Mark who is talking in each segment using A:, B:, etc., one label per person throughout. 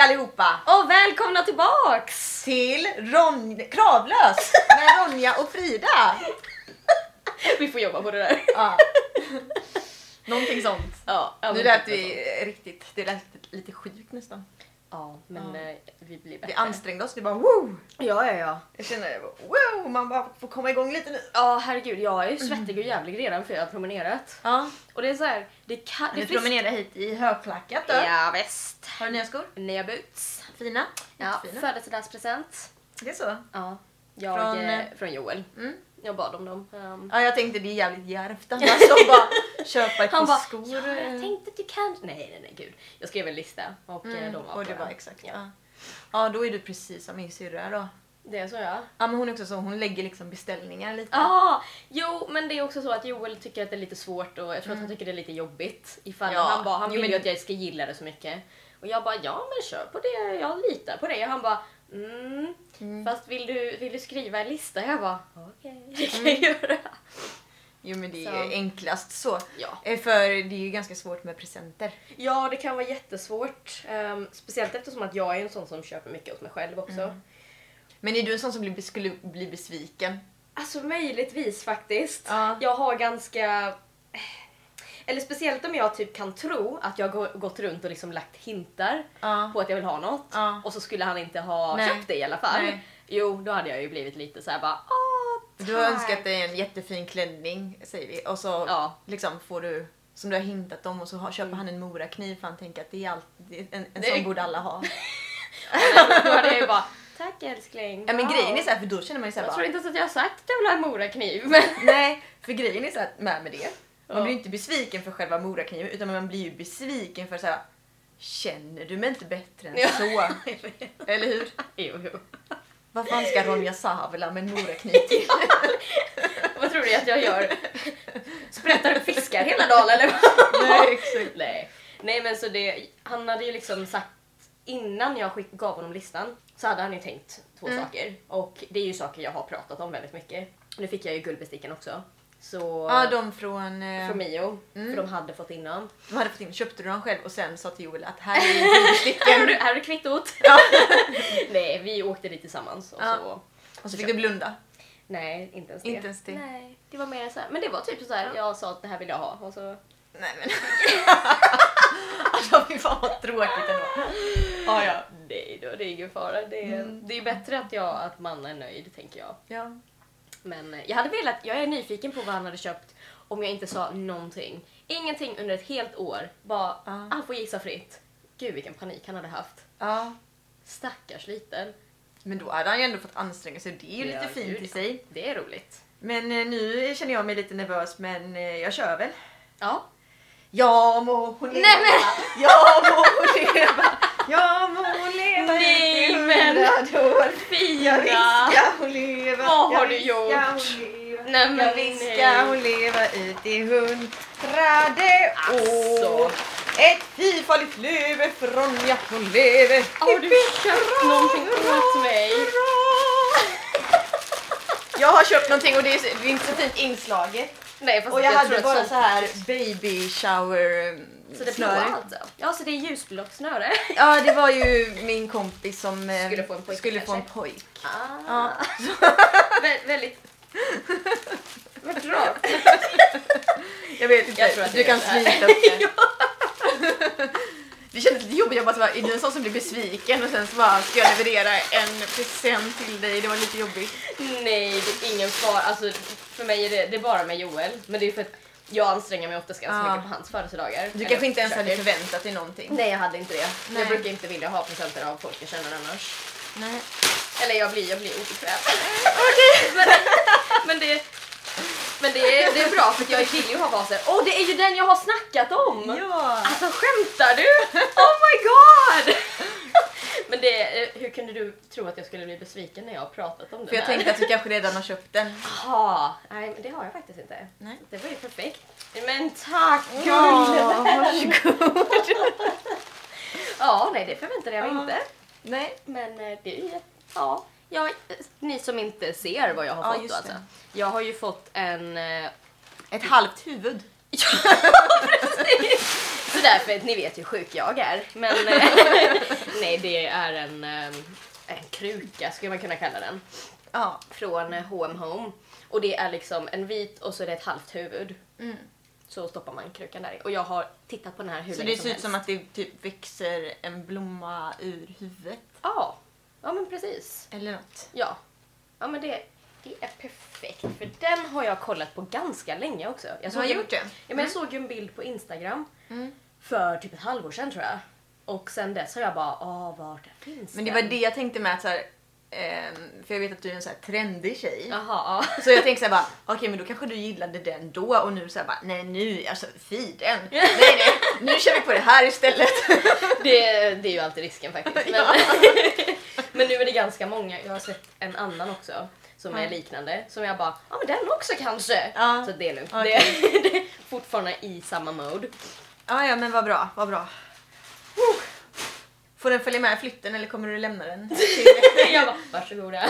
A: allihopa!
B: Och välkomna tillbaks!
A: Till Ron... Kravlös med Ronja och Frida!
B: Vi får jobba på det där.
A: Ja. Någonting sånt.
B: Ja, ja,
A: Nu
B: men
A: lät
B: typ
A: vi
B: så.
A: riktigt, det lät lite sjukt nästan.
B: Ja, men
A: Ja.
B: eh, vi blir bättre.
A: Vi ansträngde oss, det bara wow!
B: ja, ja, ja.
A: Jag känner wow, man bara får komma igång lite nu.
B: Ja, herregud. Jag är ju svettig och jävlig redan för jag har promenerat.
A: Ja,
B: Och det är så här, det kan...
A: vi
B: det finns-
A: promenerar hit i högklackat då.
B: Ja, visst.
A: Har du nya skor?
B: Nya boots.
A: Fina?
B: Ja,
A: Jättefina.
B: födelsedagspresent.
A: Det är så?
B: Ja. Jag,
A: Från,
B: från,
A: eh,
B: eh, från Joel.
A: Mm.
B: Jag bad om dem. Ehm,
A: Ja, jag tänkte det är jävligt djärvt annars att bara köpa ett
B: han
A: par
B: bara,
A: skor.
B: ja, jag tänkte att du kan... Nej, nej, nej, gud. Jag skrev en lista och eh, de var
A: Mm, och
B: på
A: det
B: den.
A: var exakt. Ja. ja, då är du precis som min syrra då.
B: Det är så ja.
A: Ja, men hon är också så, hon lägger liksom beställningar lite.
B: Ah, jo, men det är också så att Joel tycker att det är lite svårt och jag tror att han tycker det är lite jobbigt. Ifall
A: Mm. Ja.
B: Han, bara, han
A: Jo,
B: vill
A: men-
B: ju att jag ska gilla det så mycket. Och jag bara, ja men kör på det, jag litar på dig. Och han bara, mm,
A: Mm.
B: fast vill du, vill du skriva en lista? Jag bara, okej, det kan jag göra.
A: Jo, men det är
B: Så.
A: ju enklast så.
B: Ja.
A: Eh, För det är ju ganska svårt med presenter.
B: ja, det kan vara jättesvårt. ehm, speciellt eftersom att jag är en sån som köper mycket åt mig själv också.
A: Mm. Men är du en sån som blir, skulle bli besviken?
B: Alltså möjligtvis faktiskt.
A: Ja.
B: Jag har ganska... eh, Eller speciellt om jag typ kan tro att jag har gått runt och liksom lagt hintar
A: Ja.
B: på att jag vill ha något
A: Ja.
B: och så skulle han inte ha
A: Nej.
B: köpt det i alla fall.
A: Nej.
B: Jo, då hade jag ju blivit lite så här bara åh tack.
A: Du har önskat dig en jättefin klänning, säger vi, och så
B: Ja.
A: liksom får du som du har hintat om och så har, köper han en morakniv för han tänker att det är allt, det är en, en
B: Det-
A: sån borde alla ha.
B: Då hade jag ju bara tack älskling.
A: Ja, men
B: wow."
A: grejen är så här, för då känner man ju så här,
B: Jag
A: bara,
B: tror inte ens att jag har sagt att jag vill ha en morakniv. Men...
A: Nej, för grejen är så att med, med det, man
B: Ja.
A: blir ju inte besviken för själva morakniven utan man blir ju besviken för så här. Känner du mig inte bättre än
B: Ja.
A: så? Eller hur?
B: jo, jo.
A: Vad fan ska Ronja Savela med en morakniv till?
B: Vad tror du att jag gör? Sprättar upp fiskar hela dagen eller?
A: Nej, exakt.
B: Nej. Nej men så det, han hade ju liksom sagt innan jag skick, gav honom listan så hade han ju tänkt två
A: Mm.
B: saker och det är ju saker jag har pratat om väldigt mycket. Nu fick jag ju guldbesticken också. Så
A: Ja, de från... eh,
B: från Mio,
A: Mm.
B: för de hade fått innan.
A: De hade fått in, köpte du dem själv och sen sa till Joel att här är
B: Här har
A: guldsticken.
B: du, här har du kvittot! nej, vi åkte dit tillsammans och
A: Ja.
B: så.
A: Och så fick du blunda.
B: Nej, inte ens det.
A: Inte ens det.
B: Nej, det var mer så här. Men det var typ så här. jag sa att det här vill jag ha och så...
A: Nej men... alltså fy fan vad tråkigt ändå.
B: Ah, ja. Nej då, det är ingen fara. Det är,
A: Mm.
B: det är bättre att, jag, att man är nöjd tänker jag.
A: Ja.
B: Men eh, jag hade velat, jag är nyfiken på vad han hade köpt om jag inte sa någonting. Ingenting under ett helt år. Bara,
A: Ja.
B: han får gissa fritt. Gud vilken panik han hade haft.
A: ja.
B: Stackars liten.
A: Men då hade han ju ändå fått anstränga sig det är ju
B: Ja,
A: lite fint
B: gud,
A: i
B: ja.
A: sig.
B: Det är roligt.
A: Men eh, nu känner jag mig lite nervös men eh, jag kör väl.
B: Ja.
A: Ja må hon
B: Nej,
A: leva! Ja må hon leva! Ja må hon leva!
B: Nej,
A: till
B: men-
A: hundrade år.
B: Fina!
A: Ja visst ska hon leva!
B: Vad
A: Ja,
B: har du
A: visst
B: gjort?
A: ska hon leva.
B: Nej men
A: Ja visst ska
B: nej.
A: hon leva ut i hundrade år.
B: Alltså.
A: Ett fyrfaldigt löve för Ronja hon lever.
B: Har du köpt någonting åt mig?
A: Jag har köpt någonting och det är, så- det är inte så fint inslaget.
B: Nej fast
A: Och jag hade
B: Alltså, tror
A: bara
B: att sånt-
A: så här baby shower eh,
B: Så det är blåa
A: snöre.
B: alltså? Ja så det är ljusblått snöre.
A: Ja, det var ju min kompis som eh,
B: Skulle få en pojke,
A: skulle få en
B: kanske.
A: pojk.
B: Ah.
A: Ja.
B: Vä- väldigt... Vad bra.
A: Jag vet inte,
B: Jag tror att
A: du
B: det
A: kan
B: är så här.
A: slita upp det. Det kändes lite jobbigt, jag bara så bara, är du en sån som blir besviken och sen så bara ska jag leverera en present till dig, det var lite jobbigt.
B: Nej, det är ingen fara. Alltså, för mig är det, det är bara med Joel. Men det är för att jag anstränger mig oftast ganska
A: Ja.
B: mycket på hans födelsedagar.
A: Du
B: Eller
A: kanske inte ens hade
B: försöker.
A: förväntat dig någonting.
B: Nej, jag hade inte det.
A: Nej.
B: Jag brukar inte vilja ha presenter av folk jag känner annars.
A: Nej.
B: Eller jag blir, jag blir obekväm. men, men det... Men det är, det är bra för att jag vill ju ha vaser. Åh, det är ju den jag har snackat om!
A: Ja!
B: Alltså skämtar du? Oh my god! Men det, eh, hur kunde du tro att jag skulle bli besviken när jag har pratat om det
A: För jag
B: här?
A: tänkte att du kanske redan har köpt den.
B: Jaha, nej men det har jag faktiskt inte.
A: Nej.
B: Det var ju perfekt. Mm. Men tack
A: Ja,
B: gullen! Ja, nej det förväntade jag mig
A: Ja.
B: inte.
A: Nej.
B: Men eh, det är ju... Ja. ja, ni som inte ser vad jag har
A: Ja,
B: fått
A: just
B: då, alltså.
A: det.
B: Jag har ju fått en... eh,
A: Ett halvt huvud.
B: Ja, precis! Så därför, ni vet hur sjuk jag är. Men eh, nej, det är en, eh, en kruka skulle man kunna kalla den.
C: Ja.
B: Från eh, H&M Home. Och det är liksom en vit och så är det ett halvt huvud.
C: Mm.
B: Så stoppar man krukan där i. Och jag har tittat på den här hur
A: Så
B: länge
A: det ser ut som
B: helst.
A: att det typ växer en blomma ur huvudet
B: Ja, ja men precis.
A: eller något.
B: Ja. Ja men det, det är perfekt. För den har jag kollat på ganska länge också. Jag
A: Du har
B: såg en-
A: gjort det?
B: Ja, men jag såg ju en bild på Instagram
A: Mm.
B: för typ ett halvår sedan tror jag. Och sen dess har jag bara, ah vart finns
A: Men det var
B: den?"
A: det jag tänkte med att så här, ehm, för jag vet att du är en så här trendig tjej.
B: Jaha, ja.
A: Så jag tänkte såhär bara, okej men då kanske du gillade den då och nu såhär bara, nej nu, alltså fy den. Nej nej, nu kör vi på det här istället.
B: det, det är ju alltid risken faktiskt. Men, men nu är det ganska många, jag har sett en annan också som är
A: Ja.
B: liknande som jag bara, ja ah, men den också kanske.
A: Ja.
B: Så det är lugnt.
A: Okej.
B: Det, det är fortfarande i samma mode.
A: Ja ja men vad bra, vad bra. Woo! Får den följa med i flytten eller kommer du lämna den?
B: Jag bara, varsågoda.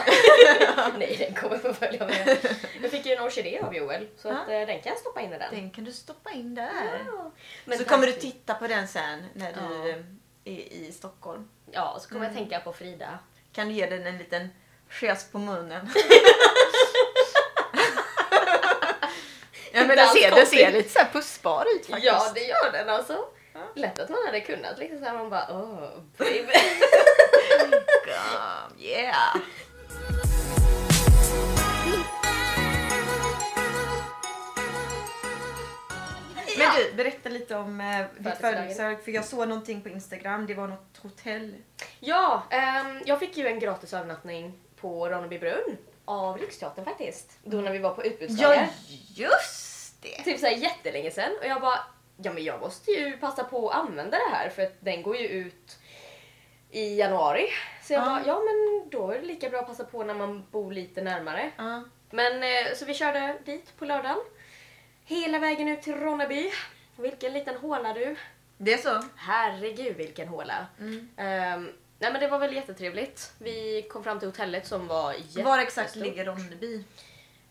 B: Nej, den kommer få följa med. Jag fick ju en orkidé av Joel, så
A: Ja.
B: att, eh, den kan jag stoppa in i den.
A: Den kan du stoppa in där.
B: Ja. Men
A: så
B: tack.
A: kommer du titta på den sen när du
B: Ja.
A: eh, är i Stockholm.
B: Ja, så kommer jag
A: Mm.
B: tänka på Frida.
A: Kan du ge den en liten skes på munnen? ja men den ser, den ser lite såhär pussbar ut faktiskt.
B: Ja, det gör den alltså.
A: Ja.
B: Lätt att man hade kunnat liksom såhär, man bara åh, baby.
A: Gum, yeah. Men du, berätta lite om eh, ditt
B: Födelsedagen.
A: födelsedag. För jag såg någonting på Instagram, det var något hotell.
B: ja, ehm, jag fick ju en gratis övnattning på Ronneby brunn Mm. av Riksteatern faktiskt. Då när vi var på utbudsdagar.
A: just det!
B: Typ såhär jättelänge sedan och jag bara, ja men jag måste ju passa på att använda det här för att den går ju ut i januari. Så jag
A: Ja.
B: bara, ja men då är det lika bra att passa på när man bor lite närmare.
A: Ja.
B: Men eh, så vi körde dit på lördagen. Hela vägen ut till Ronneby. Vilken liten håla du.
A: Det är så?
B: Herregud vilken håla.
A: Mm.
B: Ehm, nej men det var väl jättetrevligt. Vi kom fram till hotellet som var jättestort.
A: Var exakt ligger Ronneby?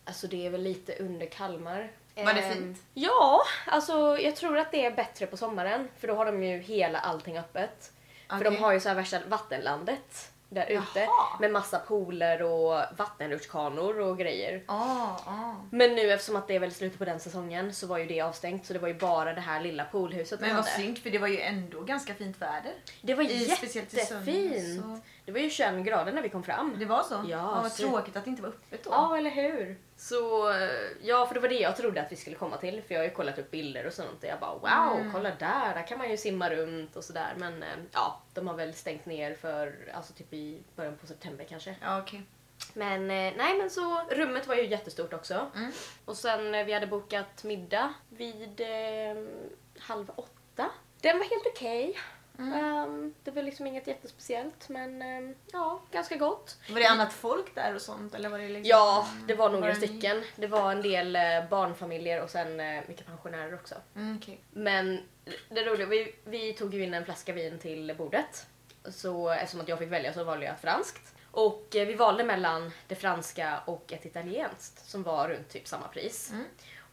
B: Alltså det är väl lite under Kalmar.
A: Var det
B: Ehm,
A: fint?
B: Ja, alltså jag tror att det är bättre på sommaren för då har de ju hela allting öppet. För de
A: Okej.
B: har ju så här värsta vattenlandet där ute
A: Jaha.
B: med massa pooler och vattenrutschkanor och grejer.
A: Ah, ah.
B: Men nu eftersom att det är väl slut på den säsongen så var ju det avstängt så det var ju bara det här lilla poolhuset de
A: Men vad
B: hade.
A: synd för det var ju ändå ganska fint väder.
B: Det var
A: I- speciellt i söndags,
B: jättefint!
A: så-
B: Det var ju 21 grader när vi kom fram.
A: Det var så?
B: Ja,
A: vad
B: så-
A: tråkigt att det inte var öppet då.
B: Ja, eller hur? Så eh, ja, för det var det jag trodde att vi skulle komma till för jag har ju kollat upp bilder och sånt och jag bara wow, kolla där, där kan man ju simma runt och sådär men eh, ja, de har väl stängt ner för alltså typ i början på september kanske.
A: Ja, okej.
B: Men eh, nej men så rummet var ju jättestort också.
A: Mm.
B: Och sen eh, vi hade bokat middag vid eh, halv åtta. Den var helt okej. Ehm, det var liksom inget jättespeciellt men ehm, ja, ganska gott.
A: Var det annat folk där och sånt? Eller var det liksom...
B: Ja, det var några
A: Var det ni?
B: stycken. Det var en del eh, barnfamiljer och sen eh, mycket pensionärer också.
A: Mm, okej.
B: Men det roliga, vi, vi tog ju in en flaska vin till bordet. Så eftersom att jag fick välja så valde jag franskt. Och eh, vi valde mellan det franska och ett italienskt som var runt typ samma pris.
A: Mm.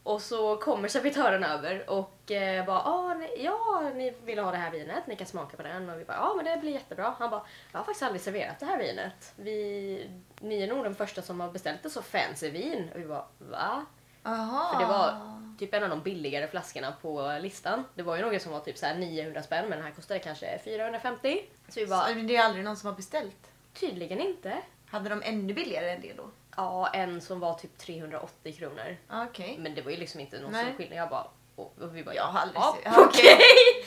B: Och så kommer servitören över och eh, bara ah, nej, ja, ni vill ha det här vinet, ni kan smaka på den. Och vi bara ja, men det blir jättebra. Han bara jag har faktiskt aldrig serverat det här vinet. Vi, ni är nog den första som har beställt ett så fancy vin. Och vi bara va?
A: Aha.
B: För det
A: Ah.
B: var typ en av de billigare flaskorna på listan. Det var ju några som var typ så här 900 spänn men den här kostade kanske 450. Så vi bara,
A: Så det är aldrig någon som har beställt.
B: tydligen inte.
A: Hade de ännu billigare än det då?
B: Ja, en som var typ 380 kronor.
A: Ja, Okej.
B: Men det var ju liksom inte någon
A: Nej.
B: stor skillnad. Jag bara, och och vi bara,
A: Jag har aldrig
B: ja,
A: sett- ja,
B: okej.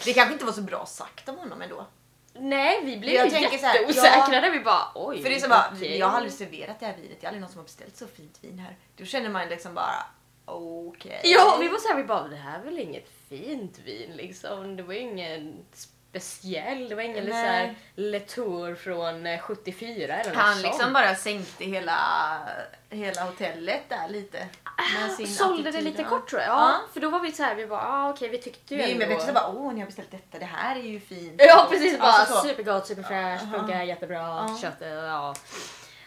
A: Det kanske inte var så bra sagt av honom ändå.
B: Nej, vi blev
A: Jag
B: ju
A: tänker så här,
B: jätteosäkra där. Vi bara, oj.
A: För det är så bara,
B: okej.
A: jag har aldrig serverat det här vinet, det är aldrig någon som har beställt så fint vin här. Då känner man liksom bara, okej.
B: Ja, vi var såhär, vi bara, det här är väl inget fint vin liksom. Det var ju ingen speciell, det var ingen
A: Nej.
B: såhär Letour från eh, 74 eller något
A: Han
B: sånt.
A: liksom bara sänkte hela, hela hotellet där lite. Med sin
B: Ah, Sålde det
A: attityd,
B: lite
A: ja.
B: kort tror jag. Ja,
A: Ja.
B: För då var vi så här, vi bara ah, okej vi tyckte ju
A: Vi
B: ändå.
A: med växlar bara, åh ni har beställt detta, det här är ju fint.
B: Ja precis, bara
A: Alltså så.
B: supergott, superfräscht,
A: Ja.
B: funkar jättebra,
A: Ja.
B: köttet, ja.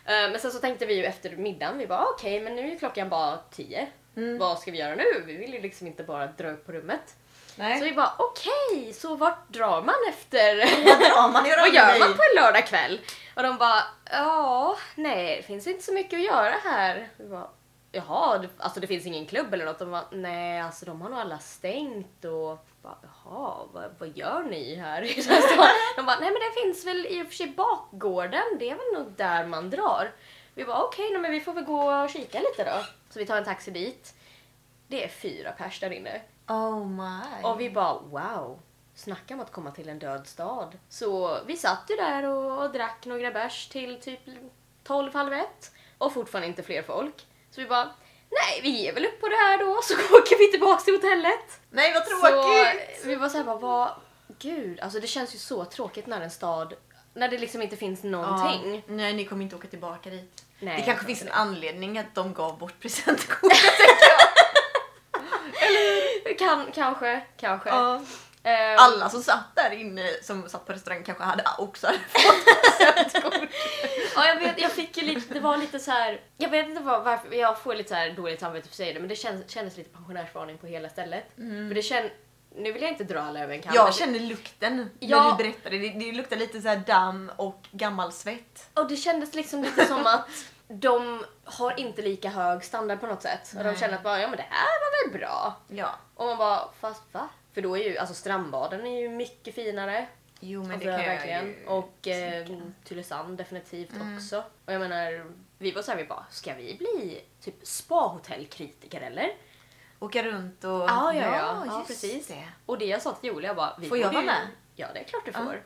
B: Eh, Men sen så tänkte vi ju efter middagen, vi bara ah, okej men nu är ju klockan bara 10.
A: Mm.
B: Vad ska vi göra nu? Vi vill ju liksom inte bara dra upp på rummet.
A: Nej.
B: Så vi bara okej, så vart drar man efter?
A: Vad drar man i
B: Vad gör
A: Ronneby?
B: man på en lördag kväll? Och de bara ja, nej det finns inte så mycket att göra här. Vi bara, Jaha, det, alltså det finns ingen klubb eller något? De bara nej, alltså de har nog alla stängt och bara, jaha, vad, vad gör ni här i den här stan? De bara nej men det finns väl i och för sig bakgården, det är väl nog där man drar. Vi bara okej, nej, men vi får väl gå och kika lite då. Så vi tar en taxi dit. Det är fyra pers där inne.
A: Oh my.
B: Och vi bara wow, snacka om att komma till en död stad. Så vi satt ju där och, och drack några bärs till typ 12, halv ett och fortfarande inte fler folk. Så vi bara nej, vi ger väl upp på det här då så åker vi tillbaks till hotellet.
A: Nej vad tråkigt!
B: Så vi var såhär bara vad, gud, alltså det känns ju så tråkigt när en stad, när det liksom inte finns någonting.
A: Ja, nej, ni kommer inte åka tillbaka dit.
B: Nej,
A: det
B: jag
A: kanske
B: tror
A: finns en
B: inte
A: anledning att de gav bort presentkortet.
B: Kan, kanske, kanske.
A: Ja.
B: Ehm,
A: Alla som satt där inne, som satt på restaurang kanske hade också
B: Ja, jag vet, jag fick ju lite, det var lite så här. jag vet inte var, varför, jag får lite så här dåligt samvete för att säga det, men det känns, kändes lite pensionärsvarning på hela stället. För det känn, nu vill jag inte dra alla över en kam. men
A: Jag
B: det-
A: kände lukten när
B: Ja.
A: du berättade. Det, det luktar lite så här damm och gammal svett.
B: Och det kändes liksom lite som att de har inte lika hög standard på något sätt. Och
A: Nej.
B: de känner att bara, ja men det här var väl bra.
A: Ja.
B: Och man bara, fast va? För då är ju, alltså strandbaden är ju mycket finare.
A: Jo men
B: Alltså,
A: det kan
B: verkligen.
A: jag ju.
B: Och eh, Tylösand definitivt också. Och jag menar, vi var såhär, vi bara, ska vi bli typ spahotellkritiker eller?
A: Åka runt och...
B: Ja, ja, ja. Ja,
A: just
B: precis.
A: Det.
B: Och det jag sa till Julia bara, vi
A: Får jag
B: borde
A: vara
B: ju-
A: med?
B: Ja, det är klart du
A: Ja.
B: får.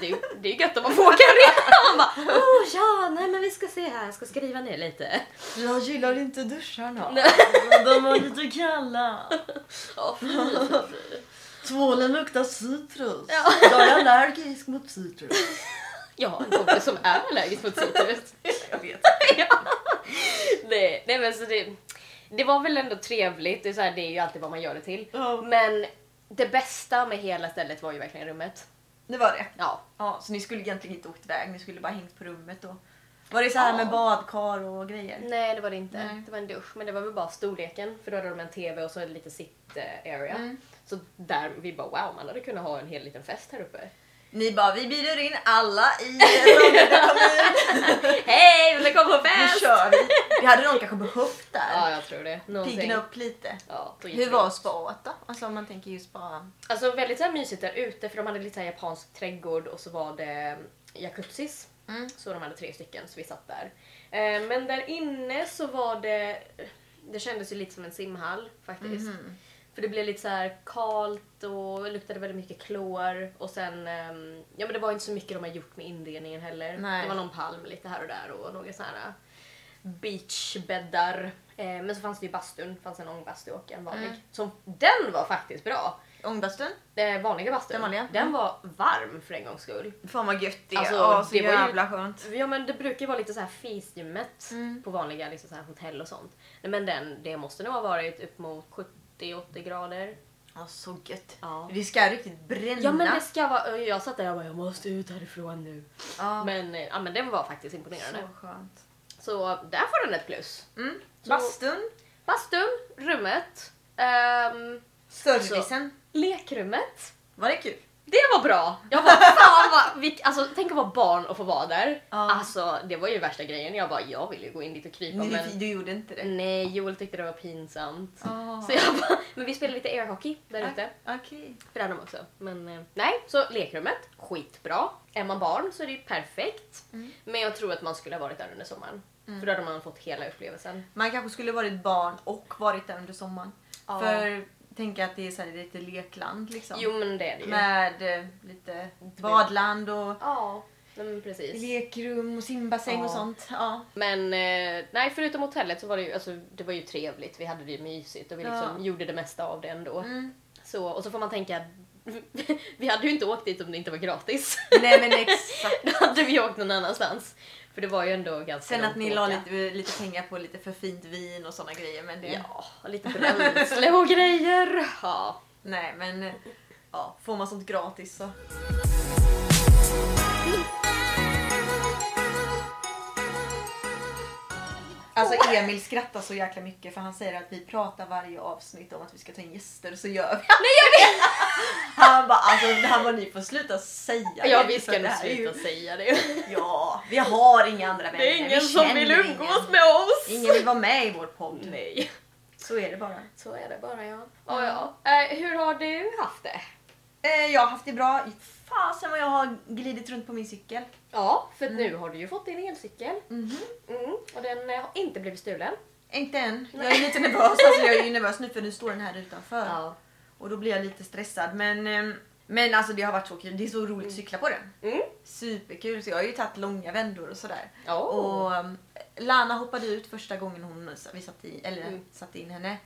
B: Det, är, ju- det är ju gött om man får åka redan. Man bara, oh ja, nej men vi ska se här, jag ska skriva ner lite.
A: Jag gillar inte duscharna.
B: Nej.
A: De var lite kalla.
B: Ja, fy, fy, fy.
A: Tvålen luktar citrus.
B: Ja.
A: Jag är allergisk mot citrus.
B: Jag har en kompis som är allergisk mot citrus.
A: Jag vet.
B: ja. nej, nej men så det, det var väl ändå trevligt, det är, så här, det är ju alltid vad man gör det till.
A: Ja.
B: Men det bästa med hela stället var ju verkligen rummet.
A: Det var det.
B: Ja,
A: Ja, så ni skulle egentligen inte åkt iväg, ni skulle bara hängt på rummet då. Var det så här med
B: Ja.
A: badkar och grejer?
B: Nej det var det inte.
A: Nej.
B: Det var en dusch. Men det var väl bara storleken. För då hade de en TV och så lite sitt eh, area.
A: Mm.
B: Så där, vi bara wow, man hade kunnat ha en hel liten fest här uppe.
A: Ni bara, vi bjuder in alla i Ronneby kommun.
B: Hej, vill ni komma på
A: Nu
B: fest?
A: kör vi. Det hade någon kanske behövt
B: Ja,
A: där.
B: jag tror det.
A: Piggna upp lite.
B: Ja, då gick
A: Hur
B: vi.
A: var spaat då? Alltså om man tänker ju spa.
B: Alltså väldigt så här mysigt där ute för de hade lite så här japansk trädgård och så var det eh, jacuzzis.
A: Mm.
B: Så de hade tre stycken så vi satt där. Eh, Men där inne så var det, det kändes ju lite som en simhall faktiskt.
A: Mhm.
B: För det blev lite så här kalt och luktade väldigt mycket klor och sen, ehm, ja men det var inte så mycket de har gjort med inredningen heller.
A: Nej.
B: Det var någon palm lite här och där och några sådana här eh, beachbäddar. Eh, Men så fanns det ju bastun, fanns en ångbastu och en vanlig.
A: Mm.
B: Som, den var faktiskt bra!
A: Ångbastun?
B: Den vanliga bastun.
A: Den vanliga? Mm.
B: Den var varm för en gångs skull.
A: Fan vad gött det är.
B: Alltså,
A: Ja, så
B: det var ju-
A: jävla skönt.
B: Ja men det brukar ju vara lite så här fisljummet på vanliga liksom så här hotell och sånt. Nej, Men den, det måste nog ha varit upp mot 70-80 grader.
A: Ja, så gött.
B: Ja.
A: Vi ska riktigt bränna.
B: Ja men det ska vara, jag satt där och bara jag måste ut härifrån nu.
A: Ja,
B: Men, eh, ja, men den var faktiskt imponerande.
A: så skönt.
B: Så. där får den ett plus.
A: Mm.
B: Så-
A: Bastun,
B: Bastun, rummet, ehm,
A: servicen.
B: lekrummet.
A: Var det kul?
B: Det var bra! Jag bara fan vad, vilk, alltså, tänk att vara barn och få vara där.
A: Ja.
B: Alltså det var ju värsta grejen. Jag bara jag vill ju gå in dit och krypa
A: Ni,
B: men
A: du gjorde inte det?
B: nej Joel tyckte det var pinsamt.
A: Ah.
B: Så jag bara, men vi spelade lite airhockey där ute.
A: Okej.
B: För det hade de också. Men eh, nej, så lekrummet, skitbra. Är man barn så är det ju perfekt.
A: Mm.
B: Men jag tror att man skulle ha varit där under sommaren. För då hade man fått hela upplevelsen.
A: Man kanske skulle varit barn och varit där under sommaren.
B: Ja.
A: För tänka att det är så här lite lekland liksom.
B: Jo men det är det ju.
A: Med eh, lite badland och
B: Ja, men precis.
A: lekrum och simbassäng och
B: Ja.
A: sånt. Ja.
B: Men eh, nej, förutom hotellet så var det ju, alltså, det var ju trevligt. Vi hade det ju mysigt och vi liksom
A: Ja.
B: gjorde det mesta av det ändå.
A: Mm.
B: Så, och så får man tänka vi hade ju inte åkt dit om det inte var gratis.
A: Nej men exakt.
B: Då hade vi åkt någon annanstans. För det var ju ändå ganska
A: Sen
B: långt
A: att ni la
B: åka.
A: lite, lite pengar på lite för fint vin och såna grejer men det...
B: Ja, och lite bränsle och grejer. Ja.
A: Nej men eh, ja, får man sånt gratis så... Alltså Emil skrattar så jäkla mycket för han säger att vi pratar varje avsnitt om att vi ska ta in gäster så gör vi Nej, Han bara alltså han bara, ni får sluta säga det,
B: Jag
A: för
B: viskade
A: det
B: nu
A: här är ju-
B: sluta säga det.
A: Ja, vi har inga andra vänner.
B: Det är ingen
A: vi
B: som
A: känner
B: vill
A: ingen.
B: umgås med oss.
A: Ingen vill vara med i vår podd.
B: Nej.
A: Så är det bara.
B: Så är det bara ja. Ja, ja. Eh, hur har du haft det?
A: Eh, jag har haft det bra. Fasen vad jag har glidit runt på min cykel.
B: Ja, för nu har du ju fått din elcykel.
A: Mhm.
B: Mm, och den eh, har inte blivit stulen.
A: Inte än. Jag är lite nervös. Alltså, jag är ju nervös nu för nu står den här utanför. Och då blir jag lite stressad. Men, ehm, men alltså det har varit så kul. Det är så roligt att cykla på den.
B: Mm.
A: Superkul. Så jag har ju tagit långa vändor och sådär.
B: Ja.
A: Och ehm, Lana hoppade ut första gången hon, vi satte, i, eller,
B: Mm.
A: satte in henne.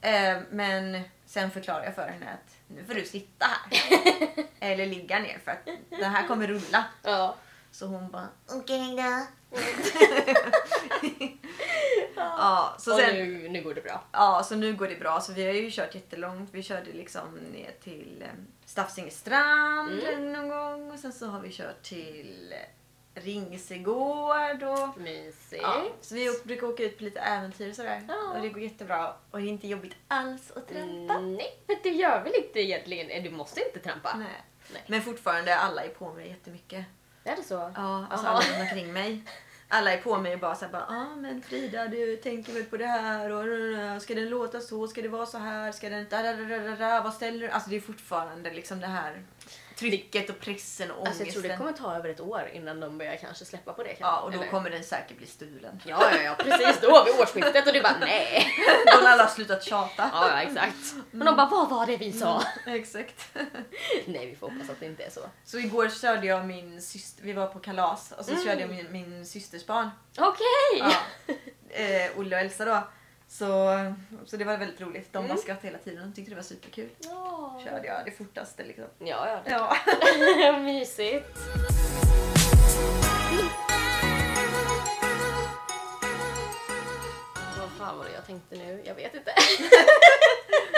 A: Ehm, men sen förklarade jag för henne att nu får du sitta här. eller ligga ner för att den här kommer rulla.
B: Ja.
A: Så hon bara okej då. ja, så
B: och
A: sen,
B: nu, nu går det bra.
A: Ja, så nu går det bra. Så vi har ju kört jättelångt. Vi körde liksom ner till eh, Stafsingestrand någon gång och sen så har vi kört till eh, Ringsegård och
B: Mysigt.
A: Ja, så vi å- brukar åka ut på lite äventyr och sådär.
B: Ja.
A: Och det går jättebra. Och det är inte jobbigt alls att trampa.
B: Mm, Nej, men det gör väl inte egentligen. Eh, Du måste inte trampa.
A: Nej.
B: Nej.
A: Men fortfarande, alla är på mig jättemycket.
B: Är det så?
A: Ja, alltså
B: Jaha.
A: alla runt omkring mig. Alla är på mig och bara såhär, ja ah, men Frida du tänker väl på det här och rrrr, ska den låta så, ska det vara så här, ska den da, da, da, da, da, da, vad ställer du? Alltså det är fortfarande liksom det här trycket och pressen och
B: Alltså,
A: ångesten.
B: jag tror det kommer ta över ett år innan de börjar kanske släppa på det. kanske.
A: Ja och då
B: Eller-
A: kommer den säkert bli stulen.
B: Ja, ja, ja, precis. Då har vi årsskiftet och du bara nej.
A: Då har alla slutat tjata. Mm,
B: Ja, ja, exakt. Men de bara, vad var det vi sa?
A: Exakt.
B: Nej, vi får hoppas att det inte är så.
A: Så igår körde jag min syster, vi var på kalas och så
B: Mm.
A: körde jag min, min systers barn.
B: Okej!
A: Ja. Eh, Olle och Elsa då. Så, så det var väldigt roligt. De bara skrattade hela tiden. De tyckte det var superkul.
B: Mm. Ja.
A: körde jag det fortaste liksom.
B: Ja, ja.
A: Ja.
B: det- Mysigt. Vad fan var det jag tänkte nu? Jag vet inte.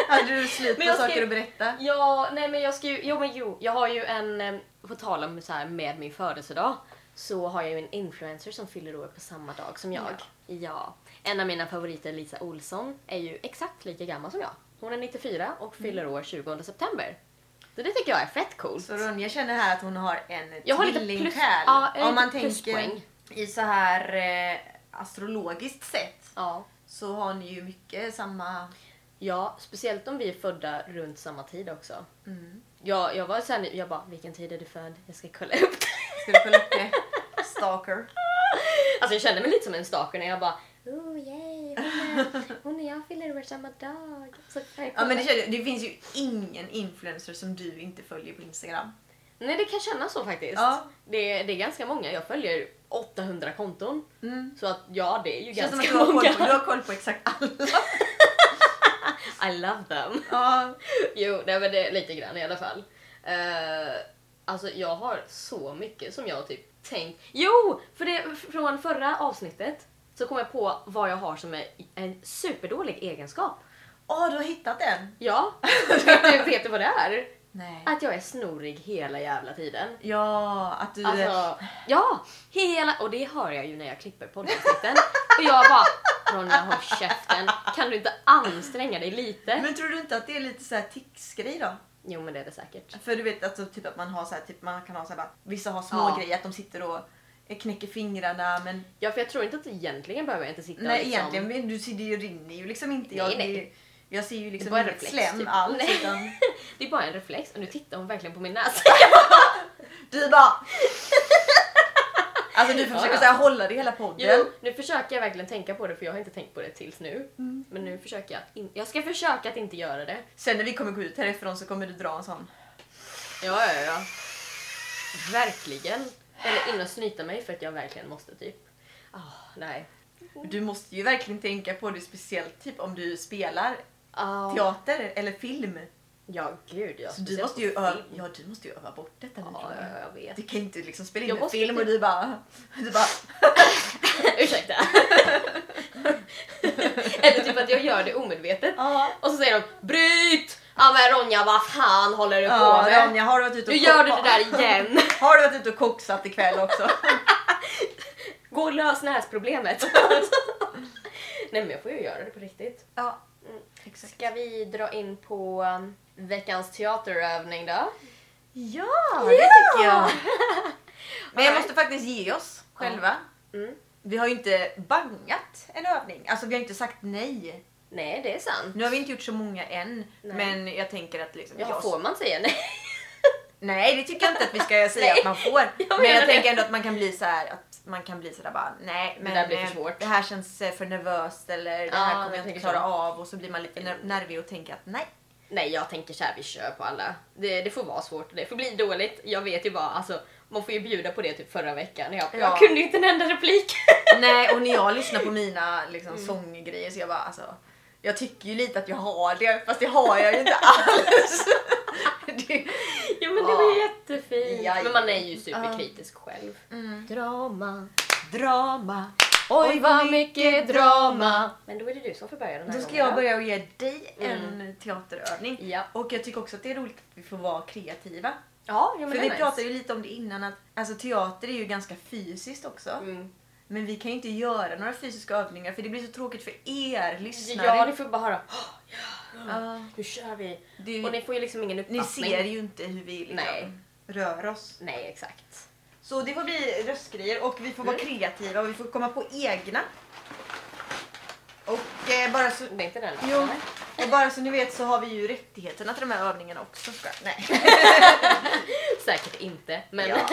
A: Hade du slut på
B: Men jag
A: saker
B: skrev-
A: att berätta?
B: Ja, nej men jag ska ju, jo men jo, jag har ju en, eh, på tal om så här med min födelsedag, så har jag ju en influencer som fyller år på samma dag som jag. Ja. En av mina favoriter, Lisa Olsson, är ju exakt lika gammal som jag. Hon är 94 och fyller år 20 september. Så det tycker jag är fett coolt.
A: Mm. Så Ronja känner här att hon har en
B: Jag har lite plus-
A: tvillingsjäl.
B: ja, jag har
A: Om man
B: lite pluspoäng.
A: tänker i så här eh, astrologiskt sett
B: Ja.
A: så har ni ju mycket samma...
B: ja, speciellt om vi är födda runt samma tid också.
A: Mm.
B: Jag, jag var såhär, jag bara, vilken tid är du född? Jag ska kolla upp det.
A: Ska du kolla upp det? Stalker.
B: Alltså jag kände mig lite som en stalker när jag bara Oh yay, hon, är, hon och jag fyller år samma dag. Så kan jag
A: Ja, men det,
B: kolla.
A: känner jag- det finns ju ingen influencer som du inte följer på Instagram.
B: Nej det kan kännas så faktiskt.
A: Ja.
B: Det, det är ganska många, jag följer 800 konton. Så att ja det är ju
A: Det Mm. känns som att
B: ganska
A: du har, koll på, du
B: många.
A: har koll på exakt alla.
B: I love them.
A: Ja.
B: Jo, nej men det är lite grann i alla fall. Eh, alltså jag har så mycket som jag typ tänkt. Jo! För det, f- från förra avsnittet så kom jag på vad jag har som är en superdålig egenskap.
A: Åh, du har hittat en!
B: Ja, vet du, vet du vad det är?
A: Nej.
B: Att jag är snorig hela jävla tiden.
A: Ja, att du...
B: Alltså, ja! Hela, och det hör jag ju när jag klipper poddavsnitten. Och jag bara, Ronja håll käften, kan du inte anstränga dig lite?
A: Men tror du inte att det är lite så här tics-grej då?
B: Jo men det är det säkert.
A: För du vet alltså, typ att man har så här, typ, man kan ha så här, bara, vissa har små
B: Ja.
A: grejer att de sitter och knäcker fingrarna men
B: Ja för jag tror inte att egentligen behöver jag inte sitta
A: nej
B: och liksom...
A: egentligen men du ser det ju rinner ju liksom inte. Jag,
B: Nej, nej.
A: det är ju- jag ser ju liksom
B: bara
A: inget
B: reflex,
A: slem
B: typ.
A: alls
B: Nej.
A: utan
B: Det är bara en reflex och nu tittar hon verkligen på min näsa.
A: du bara Alltså du får
B: Ja,
A: försöka
B: ja.
A: så här, hålla det hela podden.
B: Jo, nu försöker jag verkligen tänka på det för jag har inte tänkt på det tills nu.
A: Mm.
B: Men nu försöker jag att in... Jag ska försöka att inte göra det.
A: Sen när vi kommer gå ut härifrån så kommer du dra en sån.
B: Ja, ja, ja. Verkligen. Eller in och snyta mig för att jag verkligen måste typ. Ah, nej.
A: Du måste ju verkligen tänka på det speciellt typ om du spelar
B: Ah.
A: teater eller film.
B: Ja, gud ja.
A: Så du
B: Speciellt
A: måste
B: på
A: ju öva,
B: film.
A: ja, du måste ju öva bort detta nu
B: Ja,
A: tror jag.
B: ja, jag vet.
A: Du kan inte liksom spela in
B: Jag
A: en
B: måste
A: film och
B: typ-
A: du bara... Du bara
B: Ursäkta. Eller typ att jag gör det omedvetet.
A: ja,
B: Och så säger de BRYT! Ja men Ronja vad fan håller du på med?
A: Ronja, har du varit ute och
B: Nu gör du
A: ko-
B: det där igen!
A: Har du varit ute och koksat ikväll också?
B: Gå och lös näsproblemet. Nej men jag får ju göra det på riktigt.
A: Ja,
B: Mm.
A: exakt.
B: Ska vi dra in på um, veckans teaterövning då?
A: Ja, det
B: Ja!
A: tycker jag. Men jag
B: Alright.
A: måste faktiskt ge oss själva.
B: Mm.
A: Vi har ju inte bangat en övning. Alltså vi har inte sagt nej.
B: Nej, det är sant.
A: Nu har vi inte gjort så många än.
B: Nej.
A: Men jag tänker att liksom...
B: Ja,
A: jag-
B: får man säga nej?
A: Nej, det tycker jag inte att vi ska säga
B: Nej.
A: att man får.
B: menar
A: men jag
B: det.
A: tänker ändå att man kan bli så här att man kan bli sådär bara nej men
B: där blir för
A: eh,
B: svårt.
A: det här känns eh, för nervöst eller det här
B: Ja,
A: kommer
B: jag
A: jag inte
B: tänker
A: klara
B: så.
A: av och så blir man lite ner- nervig och tänker att nej.
B: Nej, jag tänker så här, vi kör på alla. Det, det får vara svårt, det får bli dåligt. Jag vet ju bara, alltså, man får ju bjuda på det typ förra veckan. Jag,
A: Ja.
B: jag kunde ju inte en enda replik.
A: Nej, och när jag lyssnar på mina liksom,
B: Mm.
A: sånggrejer så jag bara alltså, jag tycker ju lite att jag har det fast det har jag ju inte alls. det,
B: ja, men det
A: Ja.
B: var ju jättefint.
A: Ja,
B: Men man är ju superkritisk själv. Drama.
A: Drama.
B: Mm. Oj,
A: Oj,
B: vad
A: vad
B: mycket drama. Mm. Men då är det du som får börja den här
A: Då ska
B: gången,
A: jag
B: va?
A: börja och ge dig en teaterövning.
B: Ja.
A: Och jag tycker också att det är roligt att vi får vara kreativa.
B: Ja, ja men
A: För
B: det
A: vi
B: är nice.
A: pratade ju lite om det innan att alltså, teater är ju ganska fysiskt också.
B: Mm.
A: Men vi kan ju inte göra några fysiska övningar för det blir så tråkigt för er lyssnare.
B: Ja, ni får bara höra. "Åh,
A: Ja,
B: Nu kör vi.
A: det är ju,
B: Och
A: ni,
B: ni får ju liksom ingen uppfattning.
A: ser ju inte hur vi liksom
B: Nej.
A: rör oss.
B: Nej, exakt.
A: Så det får bli röstgrejer och vi får
B: Mm.
A: vara kreativa och vi får komma på egna. Och, eh, bara så,
B: Det är inte den. va?
A: jo,
B: Nej.
A: och bara så ni vet så har vi ju rättigheterna till de här övningarna också. Ska, nej.
B: Säkert inte, men...
A: Ja.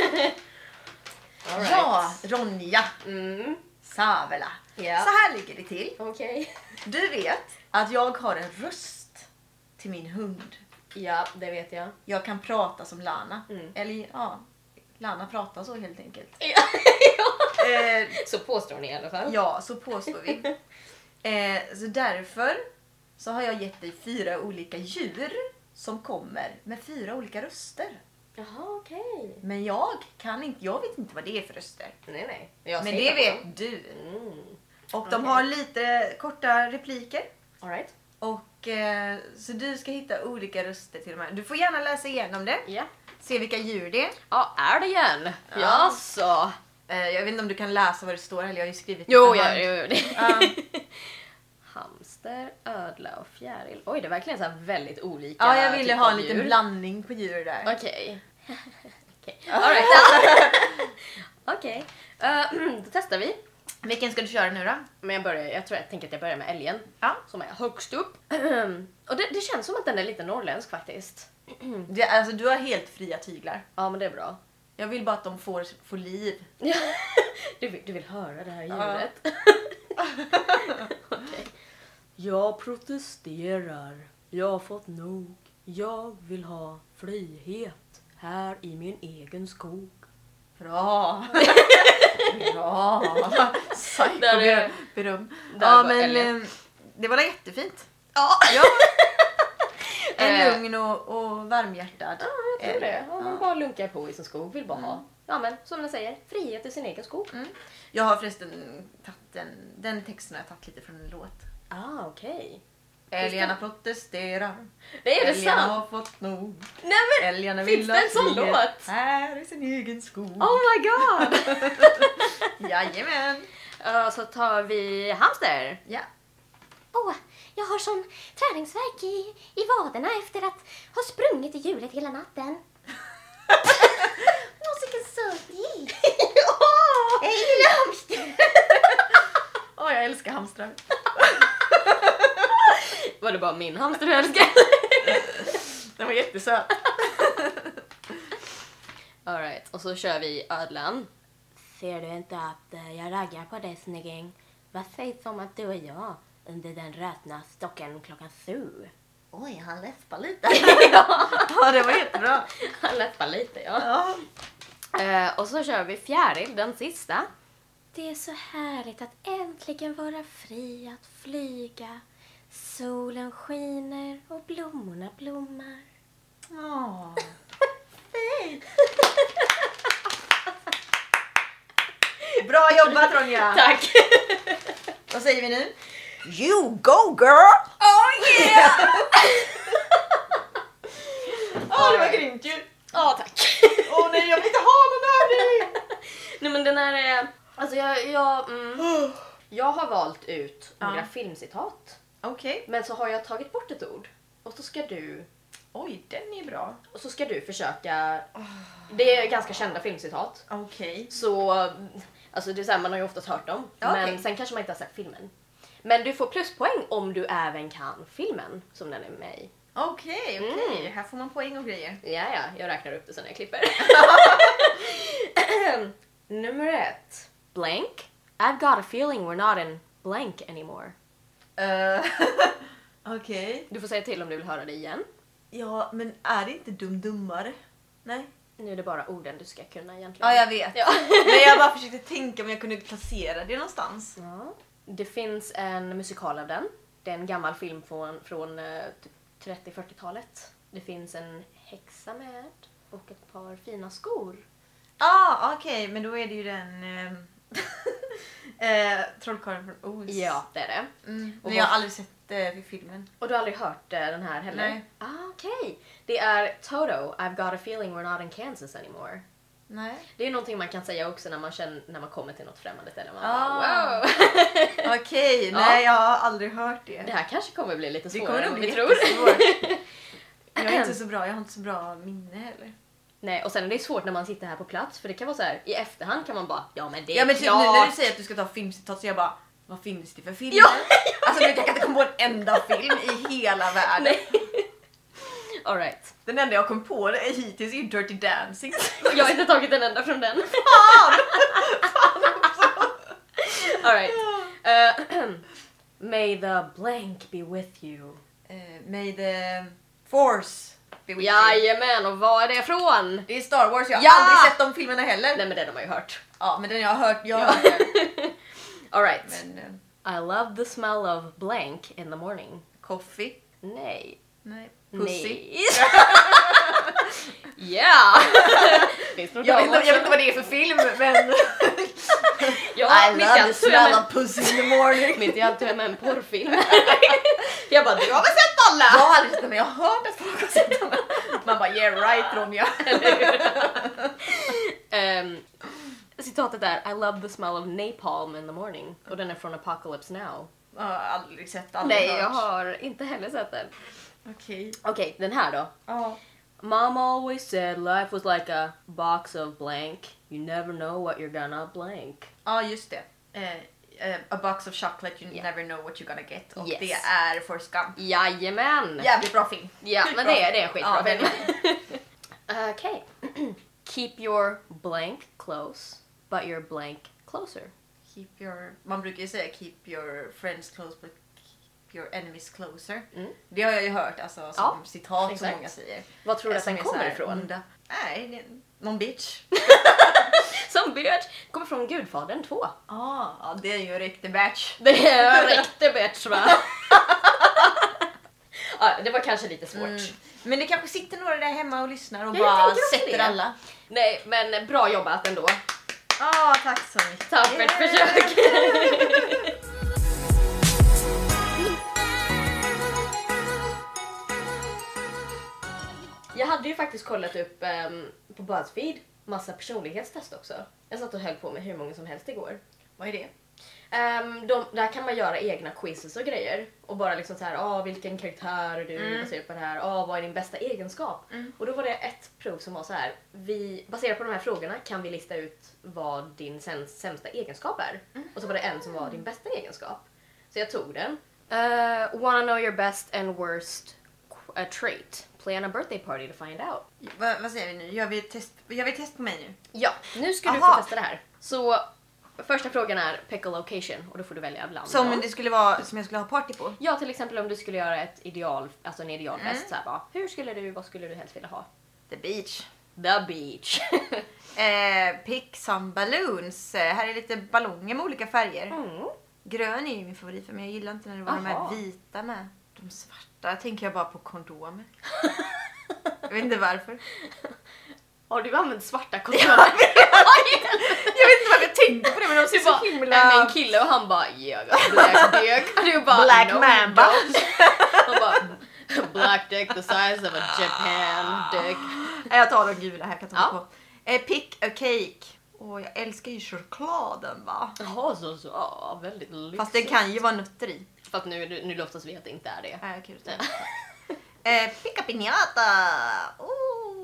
B: All right.
A: Ja, Ronja
B: Mm.
A: Savela.
B: Ja.
A: Så här ligger det till.
B: Okej.
A: Du vet att jag har en röst till min hund.
B: Ja, det vet jag.
A: Jag kan prata som Lana.
B: Mm.
A: Eller ja, Lana pratar så helt enkelt.
B: Ja.
A: Eh,
B: Så påstår ni i alla fall.
A: ja, så påstår vi. Eh, så därför så har jag gett dig fyra olika djur som kommer med fyra olika röster.
B: Jaha, okej.
A: Men jag kan inte, jag vet inte vad det är för röster.
B: Nej, nej. Jag
A: Men
B: säger
A: det
B: bara
A: vet du.
B: så. Mm.
A: Och de
B: Okej.
A: har lite korta repliker.
B: All right.
A: Och, eh, så du ska hitta olika röster till de här. Du får gärna läsa igenom det.
B: Ja.
A: Se vilka djur det är.
B: Ja, är det igen? Alltså.
A: Ja.
B: Jaså?
A: Eh, jag vet inte om du kan läsa vad det står eller jag har ju skrivit
B: Jo,
A: det
B: ja,
A: för
B: jo,
A: hand.
B: jo. det-
A: Ja.
B: Hamster, ödla och fjäril. Oj, det är verkligen så här väldigt olika
A: Ja, jag ville
B: typer
A: ha en
B: av
A: liten
B: djur.
A: blandning på djur där.
B: Okej. Okej. All right. Okej. Eh, då testar vi.
A: Vilken ska du köra nu då?
B: Men jag, börjar, jag tror jag tänker att jag börjar med älgen.
A: Ja.
B: Som är högst upp. och det, det känns som att den är lite norrländsk faktiskt.
A: Det, alltså, du har helt fria tyglar.
B: Ja, men det är bra.
A: Jag vill bara att de får, får liv.
B: Ja. Du, vill- du vill höra det här
A: Ja.
B: ljudet? Okej. Jag protesterar. Jag har fått nog. Jag vill ha frihet här i min egen skog.
A: Bra! Bra! Psycho
B: Där är-
A: beröm. beröm.
B: där
A: Ja,
B: var
A: men
B: Elliot.
A: eh, det var jättefint.
B: Ja,
A: Ja. En
B: Eh.
A: lugn och, och varmhjärtad. Eh,
B: ja jag tror det. Eh, Ja, Mm. man
A: Ja.
B: bara lunkar på i sin skog. Vill bara ha. Ja, men som jag säger, frihet i sin egen skog.
A: Mm. Jag har förresten tagit den, den texten har jag tagit lite från en låt.
B: Ah, okej.
A: Älgarna protesterar.
B: Nej, är det
A: Älgarna
B: sant?
A: har fått nog.
B: Nej men!
A: Älgarna
B: Finns
A: vill
B: det
A: ha
B: en sån
A: frihet
B: låt?
A: Här i sin egen skog.
B: Oh my god!
A: Jajamän.
B: Eh, så tar vi hamster.
A: Ja.
D: Åh, jag har sån träningsvärk i, i vaderna efter att ha sprungit i hjulet hela natten. Åh, vilken söt gill!
B: ja!
D: Hej lilla hamster!
A: Åh, jag älskar hamstrar.
B: Var det bara min hamster du älskade?
A: Den var jättesöt.
B: Alright, och så kör vi ödlan. Ser du inte att eh, jag raggar på dig snygging? Vad sägs om att du och jag under den rötna stocken klockan sju?
D: Oj, han läspar lite.
A: Ja, det var jättebra.
B: Han lät bara lite ja.
A: Ja.
B: Eh, och så kör vi fjäril, den sista.
D: Det är så härligt att äntligen vara fri att flyga. Solen skiner och blommorna blommar.
A: Åh. Bra jobbat Ronja!
B: Tack!
A: Vad säger vi nu? You go girl!
B: Oh yeah!
A: Åh, det var grymt ju!
B: Ja, tack!
A: Åh nej, jag vill inte ha någon övning!
B: Nej men den här är... Alltså jag... jag mm, Jag har valt ut några
A: Ja.
B: filmcitat.
A: Okej.
B: Men så har jag tagit bort ett ord. Och så ska du,
A: Oj, den är bra.
B: och så ska du försöka...
A: Ah.
B: Det är ganska kända filmcitat.
A: Okej.
B: Så, alltså det är så här, man har ju oftast hört dem.
A: Ja,
B: men
A: okej.
B: sen kanske man inte har sett filmen. Men du får pluspoäng om du även kan filmen som den är med i.
A: Okej, okej.
B: Mm.
A: Här får man poäng och grejer.
B: Ja, ja, jag räknar upp det sen när jag klipper. Nummer ett. Blank. I've got a feeling we're not in blank anymore.
A: Eh, okej.
B: Du får säga till om du vill höra det igen.
A: Ja, men är det inte dumdummare? Nej.
B: Nu är det bara orden du ska kunna egentligen.
A: Ja, jag vet.
B: Ja.
A: men jag bara försökte tänka om jag kunde placera det någonstans.
B: Ja. Det finns en musikal av den. Det är en gammal film från, från eh, typ 30-40-talet. Det finns en häxa med och ett par fina skor.
A: Ja, ah, okej, men då är det ju den... ehm, eh, Trollkarlen från Oz.
B: Ja, det är det.
A: Mm.
B: Och
A: Men jag
B: vad-
A: har aldrig sett eh, filmen.
B: Och du har aldrig hört eh, den här heller?
A: Nej.
B: Ah, Okej. Det är Toto, I've got a feeling we're not in Kansas anymore.
A: Nej.
B: Det är någonting man kan säga också när man, känner, när man kommer till något främmande ställe. Man bara,
A: Ah.
B: wow!
A: Okej,
B: Ja.
A: nej jag har aldrig hört det.
B: Det här kanske kommer bli lite
A: Det
B: svårare
A: kommer nog
B: än
A: bli
B: vi tror.
A: jättesvårt. Jag är inte så bra, jag har inte så bra minne heller.
B: Nej, och sen är det svårt när man sitter här på plats för det kan vara så här i efterhand kan man bara ja men det är
A: Ja men typ nu
B: klart.
A: när du säger att du ska ta filmcitat så jag bara vad finns det för filmer?
B: Ja,
A: alltså du kan inte komma på en enda film i hela världen.
B: Nej. All right.
A: Den enda jag kom på det är hittills är ju Dirty Dancing.
B: Jag har inte tagit en enda från den. All right. Eh, may the blank be with you.
A: Eh, May the force be with you.
B: Jajamän, och var är det ifrån?
A: Det är Star Wars, jag har
B: Ja!
A: aldrig sett de filmerna heller.
B: Nej men den har man ju hört.
A: Ja men den jag har hört, jag har hört den.
B: All right.
A: Men eh,
B: I love the smell of blank in the morning.
A: Coffee?
B: Nej.
A: Nej. Pussy?
B: Nej. yeah! Finns det något
A: Jag vet, inte,
B: annat?
A: jag vet inte vad det är för film men...
B: Ja, mitt i allt så är jag med-
A: pussy in the morning.
B: Mitt i allt är jag med en porrfilm. jag bara, du har väl sett alla?
A: Jag har aldrig sett den men jag har hört att folk har sett den. Man bara yeah right Romeo.
B: Ehm, citatet är I love the smell of napalm in the morning. Och den är från Apocalypse Now.
A: Jag har aldrig sett, aldrig
B: Nej,
A: hört.
B: jag har inte heller sett den.
A: Okej.
B: Okej, den här då.
A: Ja.
B: Mom always said life was like a box of blank. You never know what you're gonna blank.
A: Ja just det. Eh, eh, a box of chocolate you
B: Ja.
A: never know what you're gonna get. Och
B: Yes.
A: det är for scum.
B: Jajamän!
A: Jävligt bra film.
B: Typ Ja, men det är, det är en
A: Ja,
B: skitbra film.
A: väldigt.
B: Okej. Keep your blank close, but your blank closer.
A: Keep your, man brukar ju säga keep your friends close but keep your enemies closer.
B: Mm.
A: Det har jag ju hört alltså, som
B: Ja,
A: citat som
B: exakt.
A: många säger. Eh,
B: Vad tror du att
A: Som
B: den
A: är så
B: Eh, kommer
A: här
B: ifrån?
A: onda. Nej, det är någon bitch.
B: Som Bird kommer från Gudfadern 2.
A: Ah, ja, det är ju en riktig batch.
B: Det är en riktig bitch va? ja, det var kanske lite svårt.
A: Mm. Men det kanske sitter några där hemma och lyssnar och
B: Ja, jag
A: bara
B: tänker också
A: sätter
B: det.
A: alla.
B: Nej, men bra jobbat ändå.
A: Ja, tack så mycket.
B: Ah, Tack för ett
A: Yeah.
B: försök. Jag hade ju faktiskt kollat upp ehm, på Buzzfeed massa personlighetstest också. Jag satt och höll på med hur många som helst igår.
A: Vad är det?
B: Ehm, de, där kan man göra egna quizzes och grejer. Och bara liksom så här, ah, vilken karaktär är du
A: Mm.
B: baserat på det här, ah, vad är din bästa egenskap?
A: Mm.
B: Och då var det ett prov som var så här, vi, baserat på de här frågorna kan vi lista ut vad din sen, sämsta egenskap är. Och så var det en som var din bästa egenskap. Så jag tog den. Uh, wanna know your best and worst qu- uh, trait? Plan a birthday party to find out.
A: Va, vad säger vi nu? Gör vi ett test, gör vi ett test på mig nu?
B: Ja, nu ska du
A: Aha.
B: få testa det här. Så första frågan är pick a location och då får du välja bland
A: Som
B: dem.
A: det skulle vara, som jag skulle ha party på?
B: Ja, till exempel om du skulle göra ett ideal, alltså en idealfest.
A: Mm.
B: Så här, bara, hur skulle du, vad skulle du helst vilja ha?
A: The beach.
B: The beach.
A: Eh, pick some balloons. Eh, här är lite ballonger med olika färger.
B: mm.
A: Grön är ju min favorit för men jag gillar inte när det var de
B: Jaha.
A: här vita med. De svarta tänker jag bara på kondomer. Jag vet inte varför.
B: Har du använt svarta kondomer?
A: Jag vet inte varför jag tänkte på det men de ser
B: Du bara,
A: så himla...
B: nej men kille och han bara yeah, black dick. Och Du bara
A: Black
B: no,
A: mamba.
B: don't. Han bara black dick the size of a Japan dick.
A: Nej, jag tar de gula här, jag kan ta
B: Ja.
A: på. Eh, pick a cake. Och jag älskar ju chokladen va.
B: Jaha, så, så. Ja, väldigt lyxigt.
A: Fast det kan ju vara nötter i.
B: För att nu, är det- nu låtsas vi att det inte är det.
A: Äh, kul.
B: Nej.
A: Eh, Picka piñata!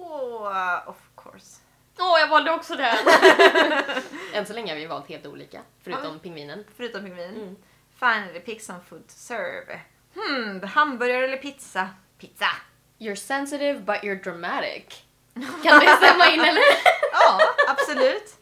A: Oh, of course.
B: Åh, jag valde också det! Än så länge har vi valt helt olika. Förutom pingvinen.
A: Förutom pingvin.
B: Mm.
A: Finally pick some food to serve. Hmm, hamburgare eller pizza? Pizza!
B: You're sensitive but you're dramatic. Kan det stämma in eller?
A: Ja, absolut.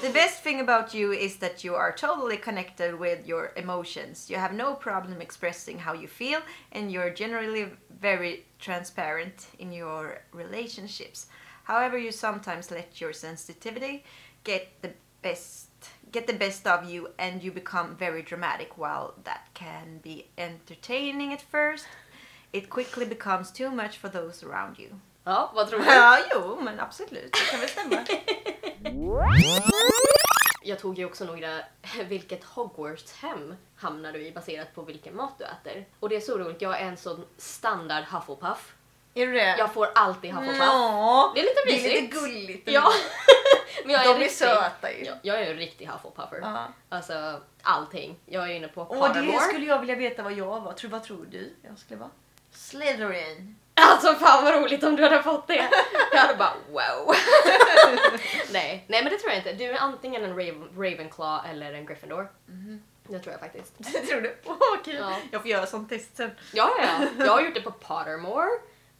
A: The best thing about you is that you are totally connected with your emotions. You have no problem expressing how you feel and you're generally very transparent in your relationships. However, you sometimes let your sensitivity get the best get the best of you and you become very dramatic while that can be entertaining at first. It quickly becomes too much for those around you.
B: Ja, vad tror du?
A: Ja, jo, men absolut. Det kan väl stämma.
B: Jag tog ju också några, vilket Hogwarts-hem hamnar du i baserat på vilken mat du äter? Och det är så roligt, jag är en sån standard Hufflepuff.
C: Är du det?
B: Jag får alltid Hufflepuff.
A: Ja.
B: Mm, Det är lite
C: Det är
B: mysigt.
C: lite gulligt.
B: Ja. Men jag är
C: De är
B: riktig-
C: söta ju.
B: Ja, Jag är en riktig Hufflepuffer.
A: Ja.
B: Alltså allting. Jag är inne på
A: Åh,
B: Paramore.
A: det skulle jag vilja veta vad jag var. Tror, vad tror du jag skulle vara? Slytherin.
B: Alltså fan vad roligt om du hade fått det. Jag hade bara wow. nej, nej men det tror jag inte. Du är antingen en Raven, Ravenclaw eller en Gryffindor. Det tror jag faktiskt.
A: tror du? Åh, vad kul.
B: Ja.
A: Jag får göra sånt test sen.
B: Ja, ja, ja. Jag har gjort det på Pottermore.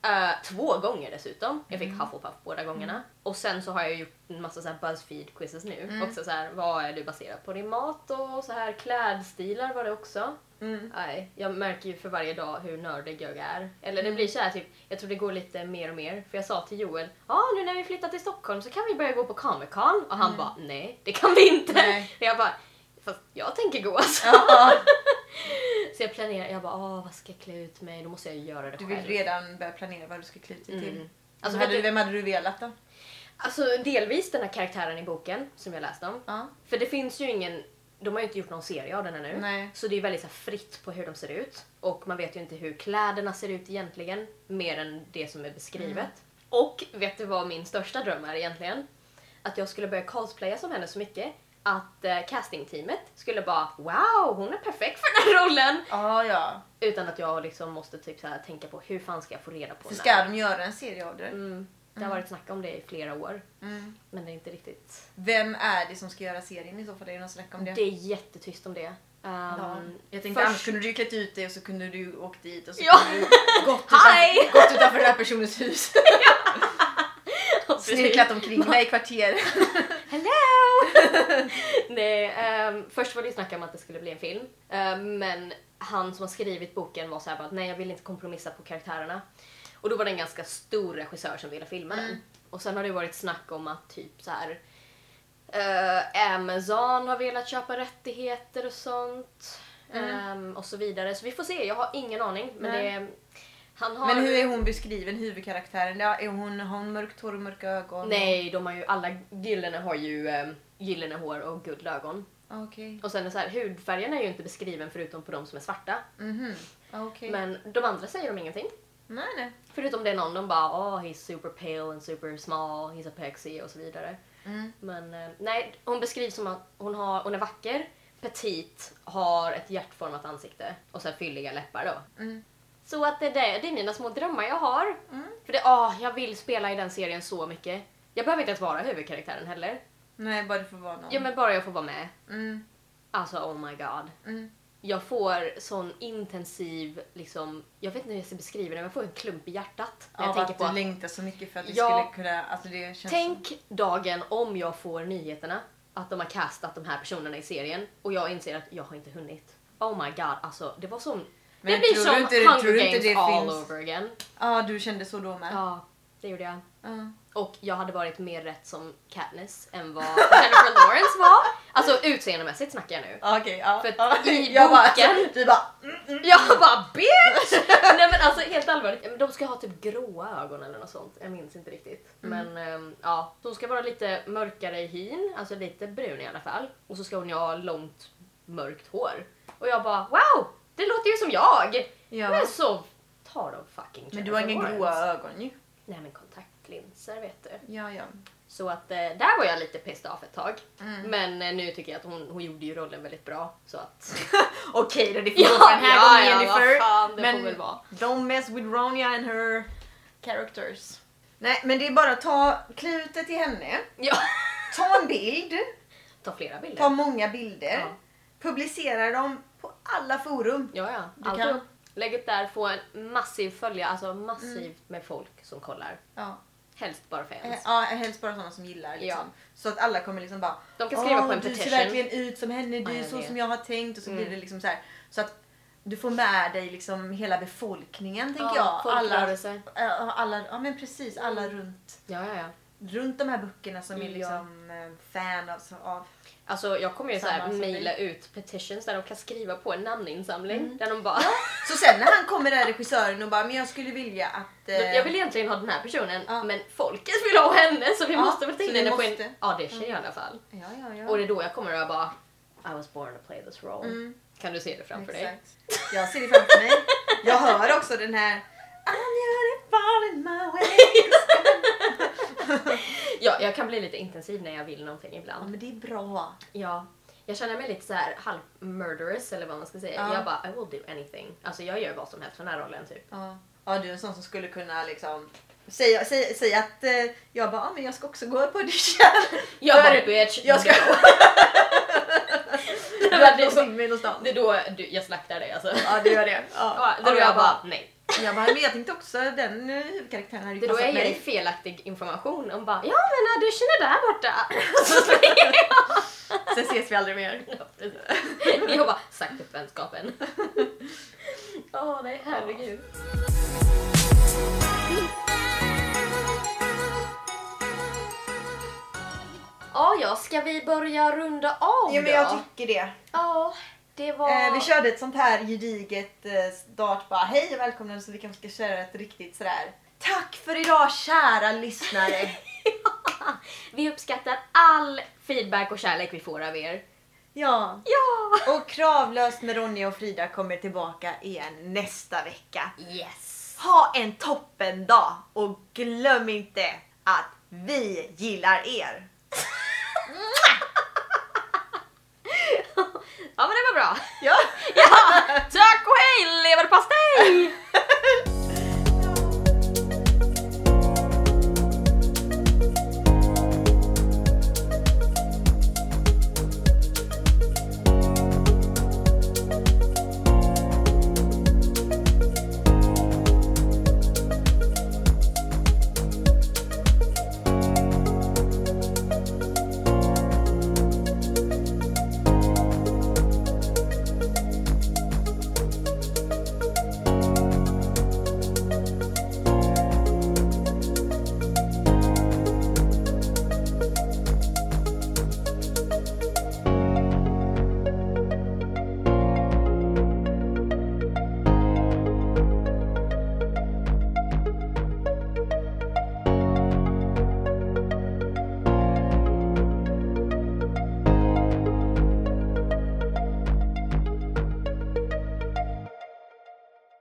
B: eh, två gånger dessutom. Jag fick Hufflepuff båda gångerna. Och sen så har jag gjort en massa så här Buzzfeed-quizzes nu. Också så här, vad är du baserad på? Din mat och så här klädstilar var det också.
A: Mm.
B: Nej, jag märker ju för varje dag hur nördig jag är. Eller det blir så här typ, jag tror det går lite mer och mer. För jag sa till Joel, ja ah, nu när vi flyttat till Stockholm så kan vi börja gå på Comic Con. Och han bara, nej det kan vi inte.
A: Mm. Nej.
B: Och jag bara, fast jag tänker gå alltså.
A: Ja.
B: Så jag planerar, jag bara ah, vad ska jag klä ut mig? Då måste jag göra det
A: Du
B: själv.
A: vill redan börja planera vad du ska klä ut dig till.
B: Mm. Alltså,
A: vem, hade,
B: vet du-
A: vem hade du velat då?
B: Alltså delvis den här karaktären i boken som jag läste om.
A: Ja.
B: För det finns ju ingen, de har ju inte gjort någon serie av den ännu.
A: Nej.
B: Så det är väldigt så här, fritt på hur de ser ut. Och man vet ju inte hur kläderna ser ut egentligen. Mer än det som är beskrivet.
A: Mm.
B: Och vet du vad min största dröm är egentligen? Att jag skulle börja cosplaya som henne så mycket att eh, castingteamet skulle bara wow, hon är perfekt för den här rollen!
A: Ja, ja.
B: Utan att jag liksom måste typ så här tänka på hur fan ska jag få reda på
A: För
B: när?
A: ska de göra en serie av det?
B: Mm. Det har varit snack om det i flera år.
A: Mm.
B: Men det är inte riktigt...
A: Vem är det som ska göra serien i så fall? Är det någon snack om det?
B: Det är jättetyst om det. Um,
A: Ja. Ehm, Jag tänkte annars kunde du ju klätt ut dig och så kunde du åkt dit och så
B: Ja.
A: kunde du gått
B: Hej!
A: utanför, gått utanför den här personens hus. Snirklat omkring mig i kvarteret.
B: Hello! Nej, ehm, först var det ju snack om att det skulle bli en film. Ehm, men han som har skrivit boken var så här bara att nej jag vill inte kompromissa på karaktärerna. Och då var det en ganska stor regissör som ville filma
A: Mm.
B: den. Och sen har det varit snack om att typ så här eh, Amazon har velat köpa rättigheter och sånt. ehm, och så vidare. Så vi får se, jag har ingen aning. Men
A: Mm. Nej.
B: det, han har...
A: Men hur är hon beskriven, huvudkaraktären? Ja, är hon, har hon mörkt hår och mörka ögon?
B: Nej, de har ju alla gyllene har ju ehm, gyllene hår och guldögon.
A: Okej.
B: Och sen är så här, hudfärgen är ju inte beskriven förutom på de som är svarta.
A: Mhm. Okej.
B: Men de andra säger de ingenting.
A: Nej, nej.
B: Förutom det är någon, de bara oh he's super pale and super small, he's a pexy och så vidare.
A: Mm.
B: Men eh, nej, hon beskrivs som att hon, har, hon är vacker, petit, har ett hjärtformat ansikte och så här fylliga läppar då.
A: Mm.
B: Så att det, är det, det är mina små drömmar jag har. För det, ah, jag vill spela i den serien så mycket. Jag behöver inte ens vara huvudkaraktären heller.
A: Nej, bara det får vara någon.
B: Ja men bara jag får vara med.
A: Mm.
B: Alltså oh my god.
A: Mm.
B: Jag får sån intensiv, liksom, jag vet inte hur jag ska beskriva det, men jag får en klump i hjärtat. När jag
A: Av
B: tänker
A: att
B: på
A: du
B: att,
A: längtar så mycket för att det
B: Ja.
A: skulle kunna... Alltså det känns
B: tänk dagen om jag får nyheterna att de har castat de här personerna i serien och jag inser att jag har inte hunnit. Oh my god, alltså det var som...
A: Men
B: det blir
A: tror du
B: som
A: inte det-
B: Hunger
A: tror du inte
B: Games
A: det
B: all
A: finns-
B: over again.
A: Ja, du kände så då med.
B: Ja, det gjorde jag.
A: Ja.
B: Och jag hade varit mer rätt som Katniss än vad Jennifer Lawrence var. Alltså utseendemässigt snackar jag nu.
A: Ja, Okej, ja.
B: För att
A: ja.
B: i
A: Jag bara-
B: boken-
A: Du bara... Mm.
B: Jag bara bitch! Nej men alltså helt allvarligt, de ska ha typ gråa ögon eller något sånt. Jag minns inte riktigt.
A: Mm.
B: Men ehm, ja, de ska vara lite mörkare i hyn, alltså lite brun i alla fall. Och så ska hon ju ha långt mörkt hår. Och jag bara wow! Det låter ju som jag!
A: Ja.
B: Men så tar de fucking
A: Men du har
B: Jennifer
A: inga
B: Lawrence.
A: gråa ögon ju.
B: Nej men kontaktlinser vet du.
A: Ja, ja.
B: Så att eh, där var jag lite pissed off ett tag.
A: Mm.
B: Men eh, nu tycker jag att hon, hon gjorde ju rollen väldigt bra. Så att...
A: Okej då, det får gå för den här gången Jennifer.
B: vad fan, det
A: Men-
B: får väl vara.
A: Don't mess with Ronja and her
C: Characters.
A: Nej, men det är bara att ta klutet till henne,
B: Ja.
A: ta en bild,
B: Ta flera bilder.
A: ta många bilder,
B: Ja.
A: publicera dem på alla forum.
B: Ja, ja.
A: Du
B: Allt
A: kan.
B: upp. Lägg upp där, få en massiv följa, alltså massivt med folk som kollar.
A: Ja.
B: Helst bara fans.
A: Mm. Eh, Ja, helst bara sådana som gillar. Liksom.
B: Ja.
A: Så att alla kommer liksom bara
B: De kan skriva
A: "Åh,
B: på en
A: Du ser
B: petition."
A: verkligen ut som henne,
B: Ja,
A: du är
B: jag
A: så
B: vet.
A: som jag har tänkt. Och så blir
B: Mm.
A: det liksom så här. Så att du får med dig liksom hela befolkningen tänker
B: ja,
A: jag. Alla,
B: folkrörelse.
A: ja, alla, ja men precis, alla
B: Mm.
A: runt,
B: Ja, ja, ja.
A: runt de här böckerna som är
B: Ja.
A: liksom eh, fan av, så- av
B: Alltså jag kommer ju så
A: Samma
B: här
A: som
B: mejla ut petitions där de kan skriva på en namninsamling.
A: Mm.
B: Där de bara...
A: Så sen när han kommer där regissören och bara men jag skulle vilja att... eh,
B: Jag vill egentligen ha den här personen
A: Ja.
B: men folket vill ha henne så vi
A: Ja,
B: måste väl ta
A: så
B: in
A: vi
B: henne på
A: måste.
B: en audition i alla fall.
A: eh, Ja, ja, ja.
B: Och det är då jag kommer att bara I was born to play this role.
A: Mm.
B: Kan du se det framför dig?
A: Exakt. Jag ser det framför mig. Jag hör också den här I'm gonna fall in my way.
B: Ja, jag kan bli lite intensiv när jag vill någonting
A: Ja
B: ibland.
A: men det är bra.
B: Ja. Jag känner mig lite så här halv murderous eller vad man ska säga.
A: Ja.
B: Jag bara I will do anything. Alltså jag gör vad som helst för den här rollen typ.
A: Ja, ja du är en sån som skulle kunna liksom säga, säga, säga att eh, jag bara ah, men jag ska också gå på audition.
B: Jag
A: Hör
B: bara bitch,
A: jag ska-
B: no."
A: Du
B: Men
A: hade
B: det,
A: slängt mig någonstans.
B: det är då du, jag slaktar dig alltså.
A: Ja du gör det.
B: Ja,
A: Ja.
B: det är då
A: Och
B: jag bara alltså, nej.
A: jag bara men jag tänkte också den eh, huvudkaraktären hade
B: Det
A: ju
B: är då
A: passat
B: jag ger dig
A: mig.
B: felaktig information om bara Alltså, ja men audition är där borta. Så springer jag.
C: Sen ses vi aldrig mer.
B: Ja, precis. Jag bara sagt upp vänskapen. Åh nej herregud. Ja, ja, ska vi börja runda av
A: Jo men
B: då?
A: jag tycker det.
B: Ja, det var...
A: Eh, vi körde ett sånt här gediget eh, start bara hej och välkomna så vi kanske ska köra ett riktigt sådär Tack för idag kära lyssnare!
B: vi uppskattar all feedback och kärlek vi får av er.
A: ja,
B: Ja!
A: och Kravlöst med Ronja och Frida kommer tillbaka igen nästa vecka.
B: Yes!
A: Ha en toppen dag och glöm inte att vi gillar er!
B: Ja men det var bra.
A: Ja.
B: Ja! Så